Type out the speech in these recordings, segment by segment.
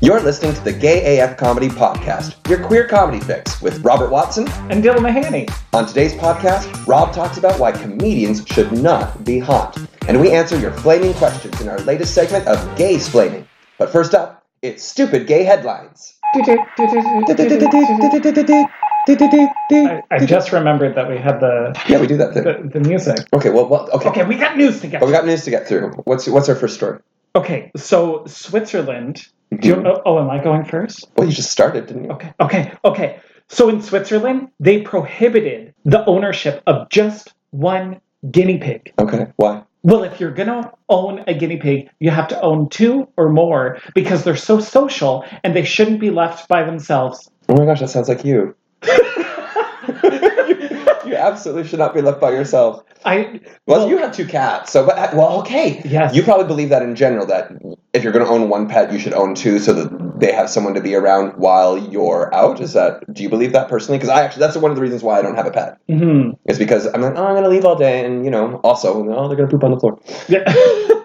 You're listening to the Gay AF Comedy Podcast, your queer comedy fix with Robert Watson. And Dylan Mahaney. On today's podcast, Rob talks about why comedians should not be hot. And we answer your flaming questions in our latest segment of Gay Splaining. But first up, it's Stupid Gay Headlines. I, I just remembered that we had the, Yeah, we do that thing. the the music. Okay, well, well okay. Okay, we got news to get. But we got news to get through. What's what's our first story? Okay, so Switzerland. Mm-hmm. Do you, oh, oh, am I going first? Well, you just started, didn't you? Okay, okay, okay. So in Switzerland, they prohibited the ownership of just one guinea pig. Okay, why? Well, if you're going to own a guinea pig, you have to own two or more because they're so social and they shouldn't be left by themselves. Oh my gosh, that sounds like you. you absolutely should not be left by yourself. I Well, you have two cats, so but well, okay. Yes. You probably believe that in general that if you're going to own one pet, you should own two, so that they have someone to be around while you're out. Is that? Do you believe that personally? Because I actually, that's one of the reasons why I don't have a pet. Mhm. Is because I'm like, oh, I'm going to leave all day, and you know, also, oh, they're going to poop on the floor. Yeah.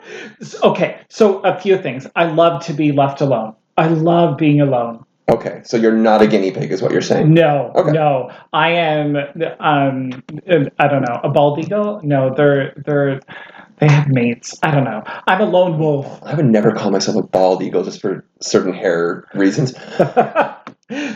So- okay, so a few things. I love to be left alone. I love being alone. Okay, so you're not a guinea pig, is what you're saying. No, Okay. no, I am. Um, I don't know. A bald eagle? No, they're they're they have mates. I don't know. I'm a lone wolf. I would never call myself a bald eagle just for certain hair reasons.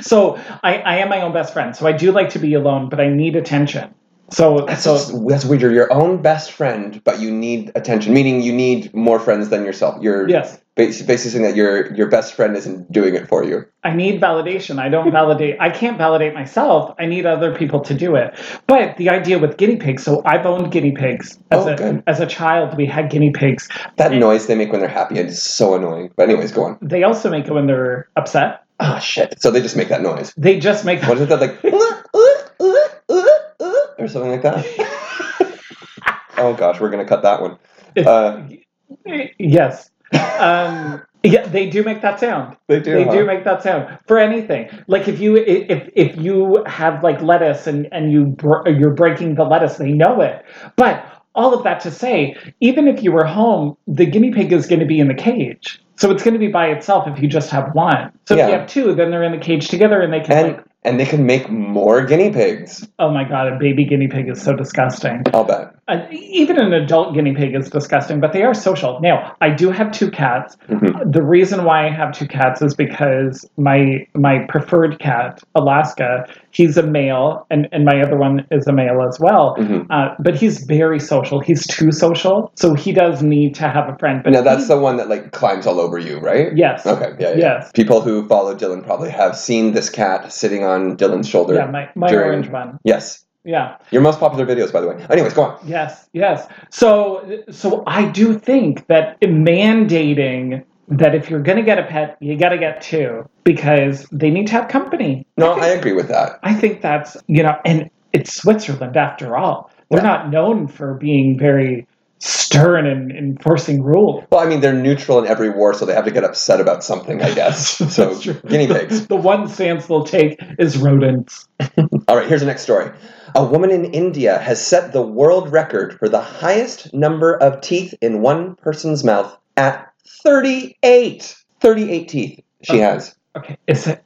so I, I am my own best friend. So I do like to be alone, but I need attention. So That's so just- that's weird. You're your own best friend, but you need attention. Meaning, you need more friends than yourself. You're yes, bas- basically saying that your your best friend isn't doing it for you. I need validation. I don't validate. I can't validate myself. I need other people to do it. But the idea with guinea pigs. So I've owned guinea pigs as Oh, a good. as a child. We had guinea pigs. That noise they make when they're happy is so annoying. But anyways, go on. They also make it when they're upset. Ah, shit. So they just make that noise. They just make. What is it that like? or something like that. oh gosh, we're gonna cut that one. Uh, yes. Um, yeah, they do make that sound. they do. They huh? do make that sound for anything. Like if you if if you have like lettuce and and you br- you're breaking the lettuce, they know it. But all of that to say, even if you were home, the guinea pig is going to be in the cage, so it's going to be by itself if you just have one. So if Yeah. you have two, then they're in the cage together, and they can. and like, and they can make more guinea pigs. oh my god, a baby guinea pig is so disgusting. I'll bet. Uh, even an adult guinea pig is disgusting, but they are social. Now, I do have two cats. Mm-hmm. The reason why I have two cats is because my my preferred cat, Alaska, he's a male, and, and my other one is a male as well. Mhm. Uh, but he's very social. He's too social, so he does need to have a friend. But Now that's he- the one that like climbs all over you, right? yes, Okay. Yeah. yeah. Yes. People who follow Dylan probably have seen this cat sitting on Dylan's shoulder. yeah, my my during- orange one, Yes. yeah. Your most popular videos, by the way. Anyways, go on. Yes, yes. So, so I do think that mandating that if you're going to get a pet, you got to get two because they need to have company. No, I agree with that. I think that's you know, and it's Switzerland after all. They're not known for being very stern and enforcing rules. Well, I mean, they're neutral in every war, so they have to get upset about something, I guess. So, That's true. guinea pigs. The one stance they'll take is rodents. All right, here's the next story. A woman in India has set the world record for the highest number of teeth in one person's mouth at 38. 38 teeth she Oh. has. Okay, is it?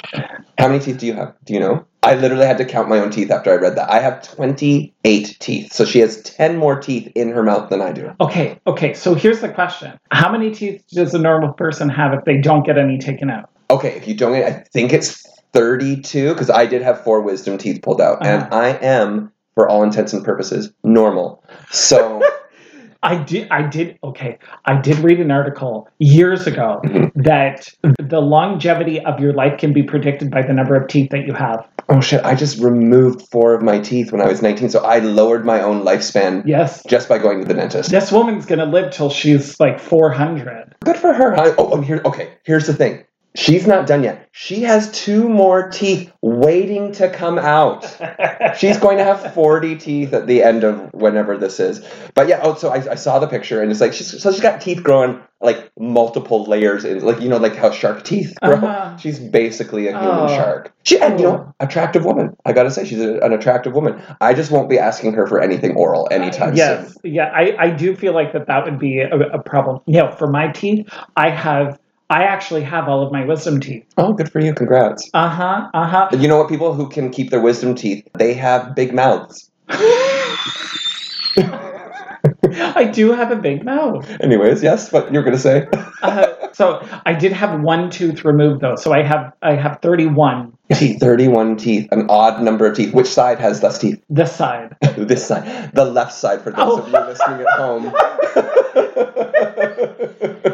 How many teeth do you have? Do you know? I literally had to count my own teeth after I read that. I have 28 teeth. So she has 10 more teeth in her mouth than I do. Okay, okay. So here's the question: How many teeth does a normal person have if they don't get any taken out? Okay, if you don't get, I think it's 32, because I did have four wisdom teeth pulled out, and Uh-huh. I am, for all intents and purposes, normal. So, I did. I did. Okay, I did read an article years ago Mm-hmm. that the longevity of your life can be predicted by the number of teeth that you have. oh shit, I just removed four of my teeth when I was 19, so I lowered my own lifespan Yes, just by going to the dentist. this woman's gonna live till she's like four hundred. Good for her. I, oh, and here, okay, here's the thing. She's not done yet. She has two more teeth waiting to come out. She's going to have 40 teeth at the end of whenever this is. But yeah, oh, so I, I saw the picture and it's like, she's, so she's got teeth growing like multiple layers in, like, you know, like how shark teeth grow. Uh-huh. She's basically a human Oh. shark. She, and you know, attractive woman. I gotta say, she's a, an attractive woman. I just won't be asking her for anything oral anytime soon. Yes, yeah. I I do feel like that that would be a, a problem. You know, for my teeth, I have I actually have all of my wisdom teeth. Oh, good for you. Congrats. Uh huh. Uh huh. You know what? People who can keep their wisdom teeth, they have big mouths. I do have a big mouth. Anyways, yes, what you're going to say. Uh, so I did have one tooth removed though. So I have I have 31 teeth. 31 teeth, an odd number of teeth. Which side has less teeth? this side. this side. The left side for those Oh. of you listening at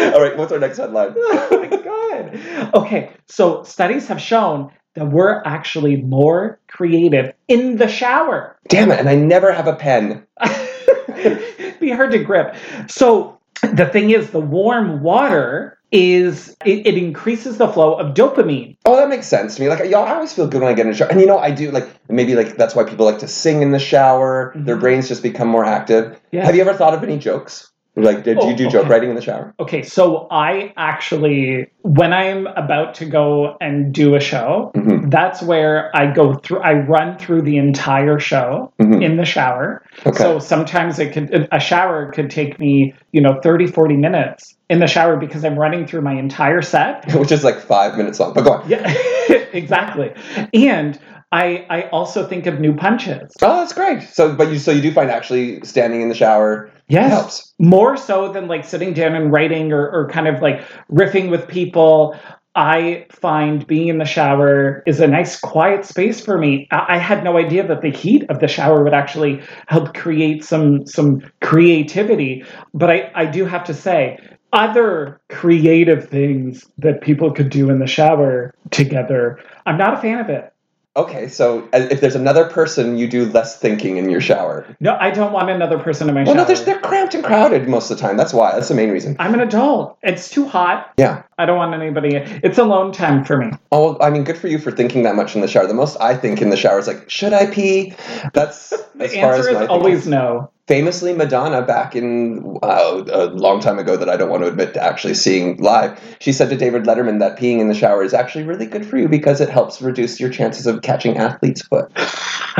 home. All right, what's our next headline? Oh god. Okay, so studies have shown that we're actually more creative in the shower. Damn it, and I never have a pen. Be hard to grip. So the thing is the warm water is it, it increases the flow of dopamine. Oh, that makes sense to me. Like, y'all, I always feel good when I get in a shower. And you know, I do, like, maybe, like, that's why people like to sing in the shower. Their Mhm. brains just become more active. Yeah. Have you ever thought of any jokes? Like, did Oh, you do okay. joke writing in the shower? Okay, so I actually when I'm about to go and do a show, hmm that's where I go through. I run through the entire show Mhm. in the shower. Okay. So sometimes it could a shower could take me, you know, 30, 40 minutes in the shower because I'm running through my entire set. Which is like five minutes long. But go on. Yeah, exactly. And I I also think of new punches. Oh, that's great. So, but you, so you do find actually standing in the shower Yes. helps. more so than like sitting down and writing or, or kind of like riffing with people i find being in the shower is a nice quiet space for me i, I had no idea that the heat of the shower would actually help create some some creativity but i i do have to say other creative things that people could do in the shower together i'm not a fan of it Okay, so as- if there's another person, you do less thinking in your shower. no i don't want another person in my Well, shower no, there's, they're cramped and crowded most of the time. That's why. That's the main reason. i'm an adult it's too hot Yeah. i don't want anybody it's alone time for me Oh, well, I mean, good for you for thinking that much in the shower. The most I think in the shower is like, should I pee? That's The as far as answer my is always thinking. no. famously Madonna back in uh, a long time ago that I don't want to admit to actually seeing live. She said to David Letterman that peeing in the shower is actually really good for you because it helps reduce your chances of catching athlete's foot.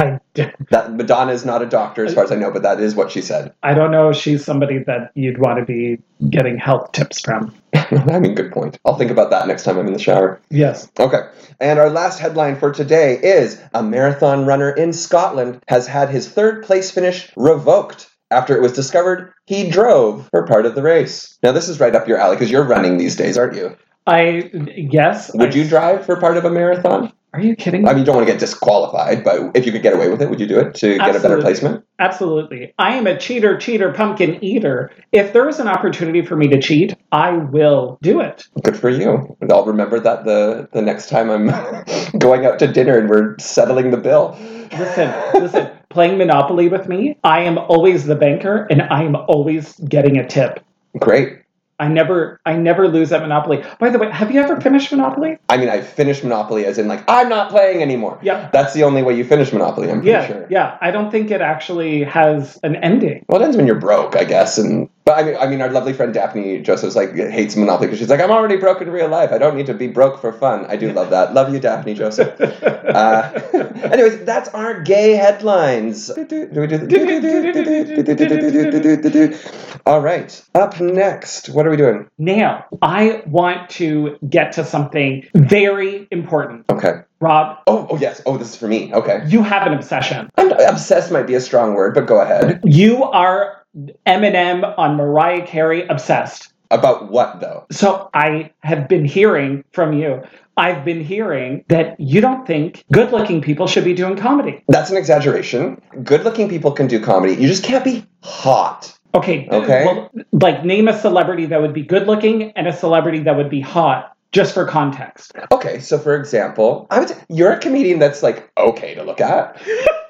I, d- That Madonna is not a doctor as far as I know, but that is what she said. I don't know if she's somebody that you'd want to be getting health tips from. I mean, good point. I'll think about that next time I'm in the shower. Yes. Okay. And our last headline for today is a marathon runner in Scotland has had his third place finish revoked after it was discovered he drove for part of the race. Now, this is right up your alley because you're running these days, aren't you? I yes. Would I- you drive for part of a marathon? Are you kidding? I mean, you don't want to get disqualified, but if you could get away with it, would you do it to get a better Absolutely. placement? Absolutely. I am a cheater, cheater, pumpkin eater. If there is an opportunity for me to cheat, I will do it. Good for you. And I'll remember that the, the next time I'm going out to dinner and we're settling the bill. Listen, listen. Playing Monopoly with me, I am always the banker, and I am always getting a tip. Great. I never, I never lose at Monopoly. By the way, have you ever finished Monopoly? I mean, I finished Monopoly as in, like, I'm not playing anymore. Yeah. That's the only way you finish Monopoly, I'm pretty Yeah, sure. yeah. I don't think it actually has an ending. Well, it ends when you're broke, I guess. And but I mean, I mean, our lovely friend Daphne Joseph's like hates Monopoly because she's like, I'm already broke in real life. I don't need to be broke for fun. I do love that. Love you, Daphne Joseph. uh, anyways, that's our gay headlines. All right, up next, what are we doing? Now, I want to get to something very important. Okay. Rob, Oh, oh yes. Oh, this is for me. Okay. you have an obsession. I'm, obsessed might be a strong word, but go ahead. You are Eminem on Mariah Carey obsessed. About what though? So I have been hearing from you. I've been hearing that you don't think good looking people should be doing comedy. That's an exaggeration. Good-looking people can do comedy. You just can't be hot. Okay. Okay. Well, like, name a celebrity that would be good looking and a celebrity that would be hot, just for context. Okay, so for example, I would say you're a comedian that's like okay to look at.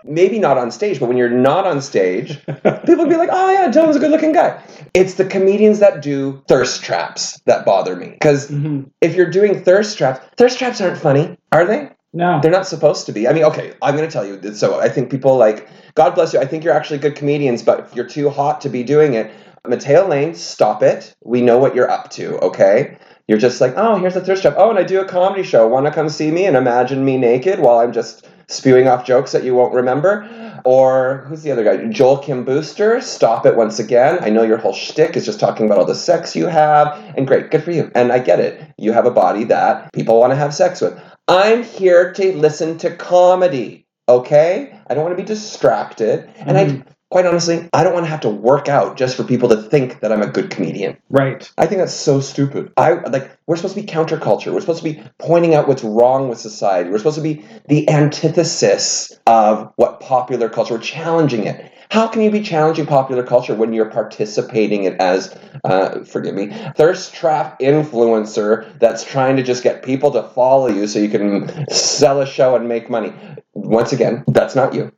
Maybe not on stage, but when you're not on stage, people would be like, "Oh yeah, Dylan's a good-looking guy." It's the comedians that do thirst traps that bother me because Mhm. if you're doing thirst traps, thirst traps aren't funny, are they? No. They're not supposed to be. I mean, okay, I'm going to tell you. this. So I think people like, God bless you. I think you're actually good comedians, but you're too hot to be doing it. Mateo Lane, stop it. We know what you're up to, okay? You're just like, oh, here's a thirst trap. Oh, and I do a comedy show. Want to come see me and imagine me naked while I'm just spewing off jokes that you won't remember. Or who's the other guy? Joel Kim Booster, stop it once again. I know your whole shtick is just talking about all the sex you have, and great, good for you. And I get it. You have a body that people want to have sex with. I'm here to listen to comedy, okay? I don't want to be distracted. And I, quite honestly, I don't want to have to work out just for people to think that I'm a good comedian. Right. I think that's so stupid. I like we're supposed to be counterculture. We're supposed to be pointing out what's wrong with society. We're supposed to be the antithesis of what popular culture. We're challenging it. How can you be challenging popular culture when you're participating in as, uh, forgive me, thirst trap influencer that's trying to just get people to follow you so you can sell a show and make money? Once again, that's not you.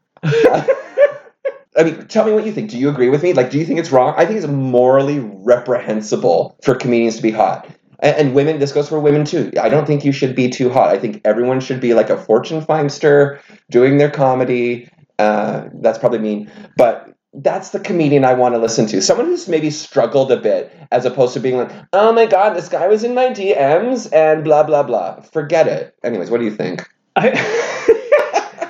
I mean, tell me what you think. Do you agree with me? Like, do you think it's wrong? I think it's morally reprehensible for comedians to be hot. And, and women, this goes for women too. I don't think you should be too hot. I think everyone should be like a fortune findster doing their comedy. Uh, that's probably mean, but that's the comedian I want to listen to. Someone who's maybe struggled a bit as opposed to being like, oh my God, this guy was in my DMs and blah, blah, blah. Forget it. Anyways, what do you think? I,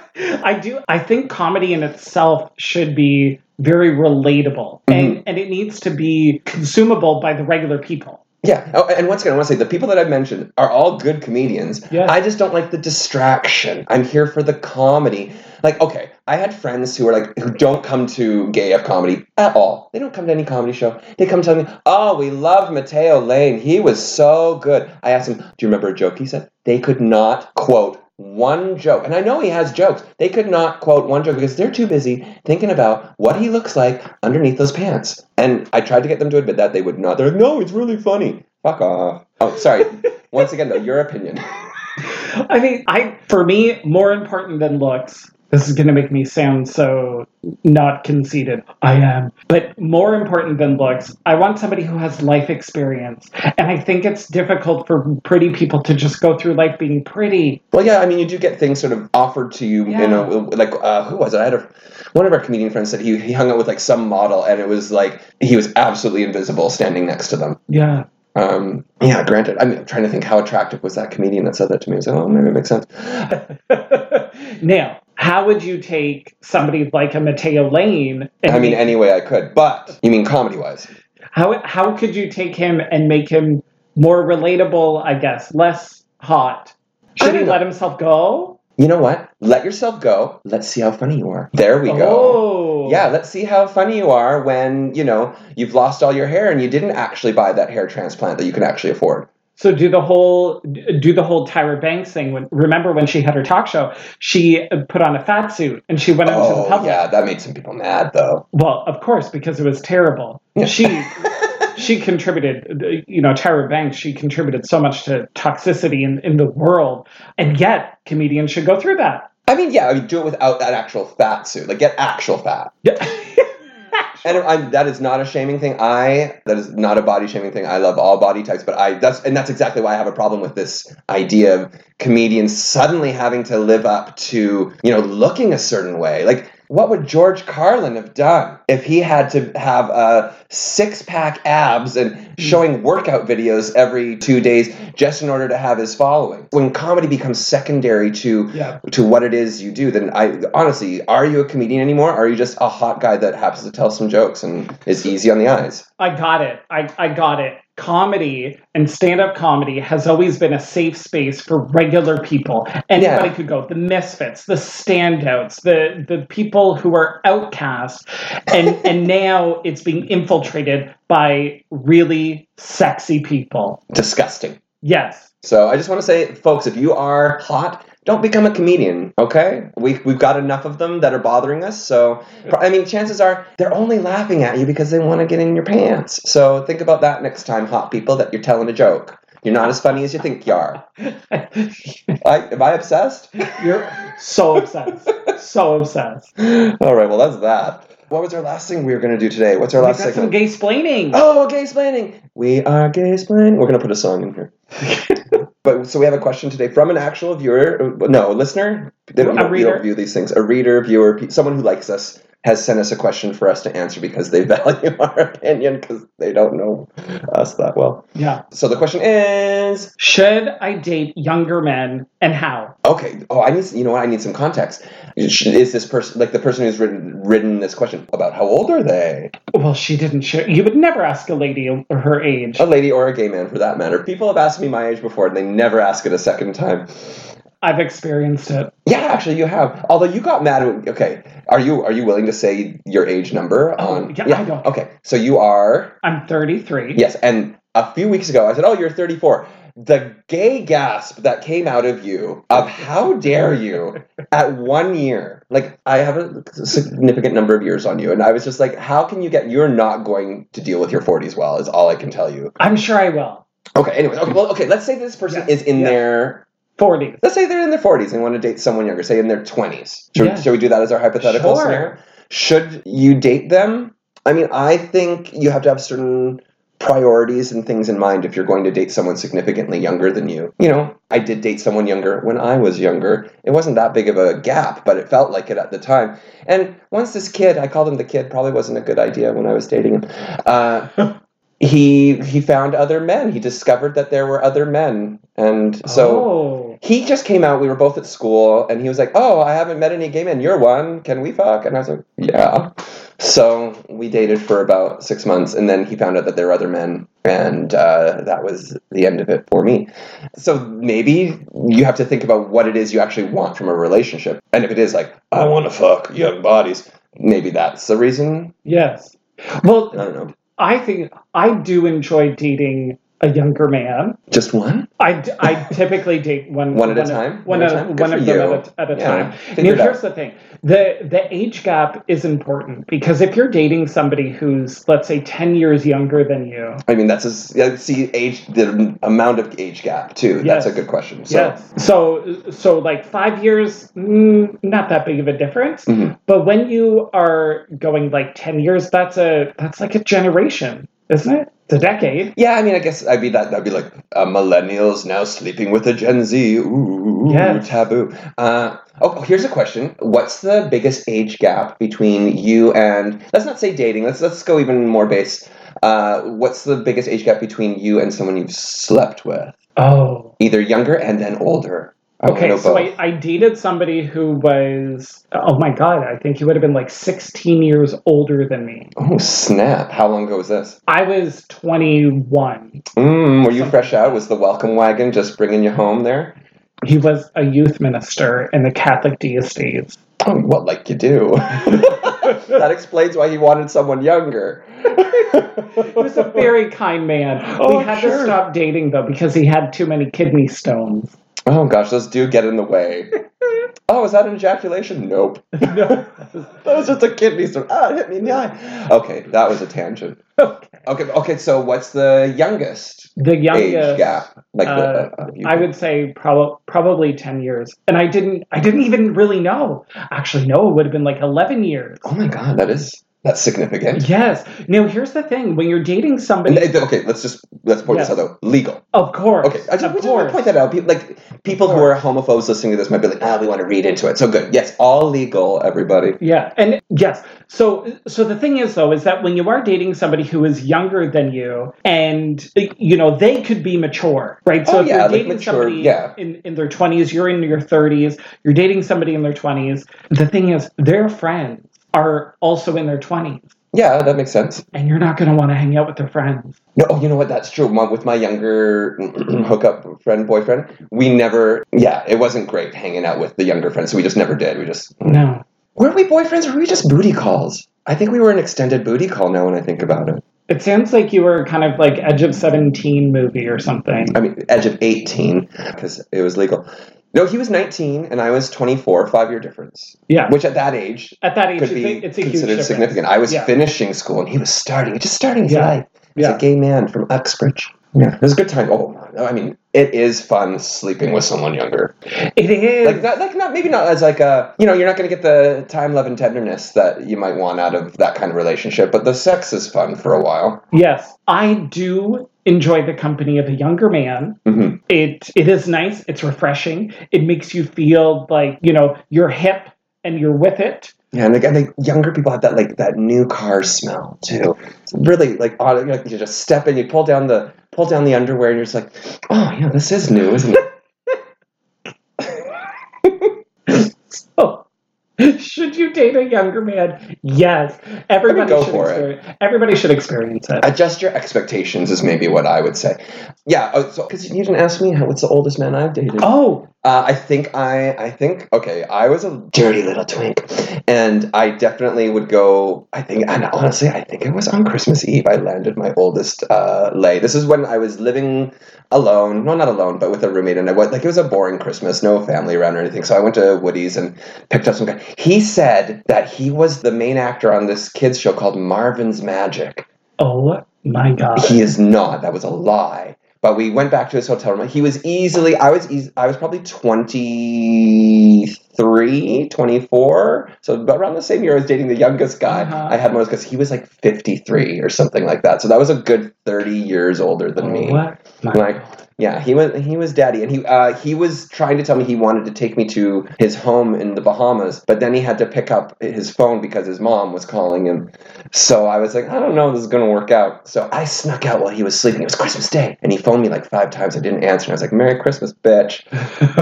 I do. I think comedy in itself should be very relatable, and and it needs to be consumable by the regular people. Yeah. Oh, and once again, I want to say the people that I've mentioned are all good comedians. Yeah. I just don't like the distraction. I'm here for the comedy. Like, okay, I had friends who are like who don't come to gay of comedy at all. They don't come to any comedy show. They come tell me, "Oh, we love Mateo Lane. He was so good." I asked him, "Do you remember a joke?" He said they could not quote one joke. And I know he has jokes. They could not quote one joke because they're too busy thinking about what he looks like underneath those pants. And I tried to get them to admit that. They would not. They're like, no, it's really funny. Fuck off. Oh, sorry. Once again, though, your opinion. I mean, I for me more important than looks. This is going to make me sound so not conceited. I am. But more important than looks, I want somebody who has life experience. And I think it's difficult for pretty people to just go through life being pretty. Well, yeah, I mean, you do get things sort of offered to you, Yeah. you know, like, uh, who was it? I had a, one of our comedian friends said he, he hung out with like some model and it was like, he was absolutely invisible standing next to them. Yeah. Um, yeah, granted, I mean, I'm trying to think how attractive was that comedian that said that to me. I was like, oh, maybe it makes sense. now, how would you take somebody like a Mateo Lane? And I mean, any way I could, but you mean comedy wise? how how could you take him and make him more relatable? I guess less hot. I Should he don't know. let himself go? You know what? Let yourself go. Let's see how funny you are. There we go. Oh, Yeah, let's see how funny you are when, you know, you've lost all your hair and you didn't actually buy that hair transplant that you can actually afford. So do the whole do the whole Tyra Banks thing. When remember when she had her talk show, she put on a fat suit and she went out to the Oh, public. yeah, that made some people mad though. Well, of course, because it was terrible. She she contributed, you know, Tyra Banks. She contributed so much to toxicity in, in the world, and yet comedians should go through that. I mean, yeah, I mean, do it without that actual fat suit. Like, get actual fat. And I, that is not a shaming thing. I that is not a body shaming thing. I love all body types, but I that's and that's exactly why I have a problem with this idea of comedians suddenly having to live up to you know looking a certain way. Like, what would George Carlin have done if he had to have uh, six pack abs and showing workout videos every two days just in order to have his following? When comedy becomes secondary to Yeah. to what it is you do, then I honestly, are you a comedian anymore? Or are you just a hot guy that happens to tell some jokes and is easy on the eyes? I got it. I, I got it. Comedy and stand up comedy has always been a safe space for regular people. Anybody Yeah. could go. The misfits, the standouts, the the people who are outcast, and and now it's being infiltrated by really sexy people. Disgusting. Yes. So I just want to say, folks, if you are hot, don't become a comedian, okay? We, we've got enough of them that are bothering us. So, I mean, chances are they're only laughing at you because they want to get in your pants. So think about that next time, hot people, that you're telling a joke. You're not as funny as you think you are. I, am I obsessed? You're so obsessed. So obsessed. All right, well, that's that. What was our last thing we were going to do today? What's our We got last some segment? gay splaining. Oh, gay splaining. We are gay splaining. We're gonna put a song in here. but so we have a question today from an actual viewer, uh, no listener. They don't, A you don't- you don't reader. view these things. A reader, viewer, pe- someone who likes us, has sent us a question for us to answer because they value our opinion because they don't know us that well. Yeah. So the question is Should I date younger men and how? okay. Oh, I need you know what? I need some context. Is this person like the person who's written written this question about how old are they? Well, she didn't share. You would never ask a lady o- her age. A lady or a gay man for that matter. People have asked me my age before and they never ask it a second time. I've experienced it. Yeah, actually, you have. Although you got mad. When, okay, are you are you willing to say your age number? Oh, on, yeah, I don't- Okay, so you are. I'm 33. Yes, and a few weeks ago, I said, "Oh, you're 34." The gay gasp that came out of you of "How dare you!" at one year, like I have a significant number of years on you, and I was just like, "How can you get? You're not going to deal with your 40s well." Is all I can tell you. I'm sure I will. Okay. Anyways, okay. Well, okay. Let's say this person Yeah, is in yeah. their 40. Let's say they're in their 40s and want to date someone younger, say in their 20s. Should, Yeah. should we do that as our hypothetical Sure. scenario? Should you date them? I mean, I think you have to have certain priorities and things in mind if you're going to date someone significantly younger than you. You know, I did date someone younger when I was younger. It wasn't that big of a gap, but it felt like it at the time. And once this kid, I called him the kid, probably wasn't a good idea when I was dating him. Uh, He he found other men. He discovered that there were other men, and so Oh. he just came out. We were both at school, and he was like, "Oh, I haven't met any gay men. You're one. Can we fuck?" And I was like, "Yeah." So we dated for about six months, and then he found out that there were other men, and uh, that was the end of it for me. So maybe you have to think about what it is you actually want from a relationship, and if it is like, "I want to fuck young bodies," maybe that's the reason. Yes. I Well, don't know. I think I do enjoy dating a younger man. Just one. I, d- I typically date one One at a time? One, One at at a time? Good one for of them you. at a, at a Yeah, time. figure Now, it out. here's the thing: the the age gap is important because if you're dating somebody who's let's say ten years younger than you, I mean, that's a yeah, see age the amount of age gap too. Yes. That's a good question. So. yes. So so like five years, mm, not that big of a difference. Mhm. But when you are going like ten years, that's a that's like a generation, isn't it? It's a decade. Yeah, I mean, I guess I'd be that. I'd be like uh, millennials now sleeping with a Gen Z. Ooh, Yes. taboo. Uh, oh, here's a question: What's the biggest age gap between you and? Let's not say dating. Let's let's go even more base. Uh, what's the biggest age gap between you and someone you've slept with, Oh. either younger and then older? I wanna Okay, know so both. I, I dated somebody who was, oh my God, I think he would have been like 16 years older than me. oh snap! How long ago was this? I was 21. Mm, were you fresh out? Was the welcome wagon just bringing you home there? He was a youth minister in the Catholic diocese. Oh, well, like you do. that explains why he wanted someone younger. He was a very kind man. Oh, we had to sure. stop dating though because he had too many kidney stones. oh gosh, those do get in the way. Oh, is that an ejaculation? Nope. No. That was just a kidney stone. Ah, it hit me in the eye. Okay, that was a tangent. Okay. Okay, okay. So, what's the youngest, The age youngest. gap? Like uh, the, uh, uh, you I can- would say prob- probably 10 years. And I didn't I didn't even really know. Actually no, it would have been like 11 years. Oh my god, that is that's significant. Yes. Now here's the thing: when you're dating And, somebody, uh, okay, let's just let's point Yes. this out though. Legal. of course, Okay, I just, of we just want course, to point that out. Pe- Like people who are homophobes listening to this might be like, "Ah, we want to read into it." So good. Yes, all legal, everybody. yeah, and yes. So, so the thing is though, is that when you are dating somebody who is younger than you, and you know they could be mature, right? So Oh, if yeah, you're like dating mature, somebody yeah. in in their twenties, you're in your thirties, you're dating somebody in their twenties. The thing is, their friends are also in their twenties, Yeah, that makes sense. and you're not going to want to hang out with their friends. No, oh, you know what? That's true. My, with my younger hookup friend, boyfriend, we never. Yeah, it wasn't great hanging out with the younger friends, so we just never did. We just No. were we boyfriends or were we just booty calls? I think we were an extended booty call now when I think about it. It sounds like you were kind of like Edge of 17 movie or something. I mean, edge of 18 because it was legal. No, he was 19 and I was 24, five year difference, Yeah. which at that age At that age, could it's be a, it's a huge considered difference. significant. I was Yeah. finishing school and he was starting, just starting his Yeah. life as Yeah. a gay man from Uxbridge. Yeah, it was a good time. Oh, no, I mean, it is fun sleeping with someone younger. It is. Like not, like not, maybe not as like a, you know, you're not going to get the time, love, and tenderness that you might want out of that kind of relationship. But the sex is fun for a while. Yes, I do enjoy the company of a younger man. hmm It it is nice. It's refreshing. It makes you feel like you know you're hip and you're with it. Yeah, and again, the younger people have that like that new car smell too. It's really like odd. You, know, you just step in, you pull down the pull down the underwear, and you're just like, oh yeah, this is new, isn't it? So, Oh, should you date a younger man? Yes. Everybody go should for it. experience Everybody should experience it. Adjust your expectations is maybe what I would say. Yeah, oh, because you didn't ask me how, what's the oldest man I've dated. Oh, Uh, I think I, I think okay. I was a dirty little twink, and I definitely would go. I think, and honestly, I think it was on Christmas Eve I landed my oldest uh, lay. This is when I was living alone. Well, not alone, but with a roommate, and I was like, it was a boring Christmas, no family around or anything. So I went to Woody's and picked up some guy. He said that he was the main actor on this kids show called Marvin's Magic. oh my god. He is not. That was a lie. But we went back to his hotel room. He was easily, I was eas I was probably 23, 24. So about around the same year I was dating the youngest guy Uh-huh. I had most because he was like 53 or something like that. So that was a good 30 years older Oh, than me. What? My Like, yeah, he was he was daddy, and he uh, he was trying to tell me he wanted to take me to his home in the Bahamas, but then he had to pick up his phone because his mom was calling him. So I was like, I don't know, if this is gonna work out. So I snuck out while he was sleeping. It was Christmas Day, and he phoned me like five times. I didn't answer, and I was like, Merry Christmas, bitch.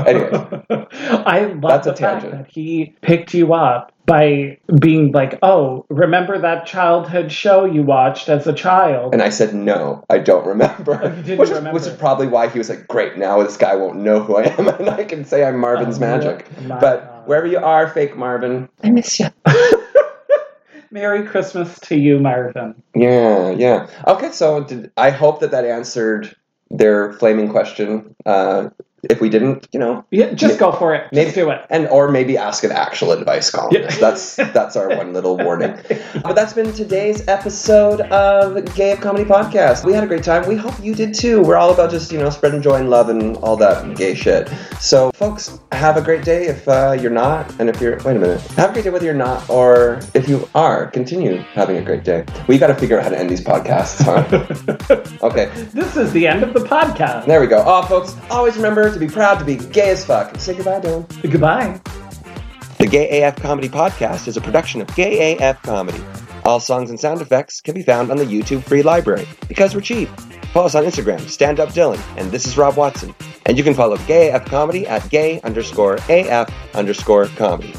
Anyway. I love That's the a fact tangent. that he picked you up by being like, "Oh, remember that childhood show you watched as a child?" And I said, No, I don't remember. Oh, you didn't which, is, remember. which is probably why he was like, Great, now this guy won't know who I am, and I can say I'm Marvin's Oh, magic. my But God. wherever you are, fake Marvin, I miss you. Merry Christmas to you, Marvin. Yeah, yeah. Okay, so did, I hope that that answered their flaming question. Uh, if we didn't, you know, Yeah, just Yeah. go for it. Maybe- Just do it. and or maybe ask an actual advice columnist. Yeah. That's that's our one little warning. But that's been today's episode of Gay of Comedy Podcast. We had a great time. We hope you did too. We're all about just you know spreading joy and love and all that gay shit. So folks, have a great day. If uh, you're not, and if you're wait a minute, have a great day whether you're not or if you are. Continue having a great day. We got to figure out how to end these podcasts, huh? okay. This is the end of the podcast. There we go. Oh, folks, always remember to be proud to be gay as fuck. Say goodbye, Dylan. Goodbye. The Gay AF Comedy Podcast is a production of Gay AF Comedy. All songs and sound effects can be found on the YouTube Free Library because we're cheap. Follow us on Instagram, Stand Up Dylan, and this is Rob Watson. And you can follow Gay AF Comedy at gay underscore AF underscore comedy.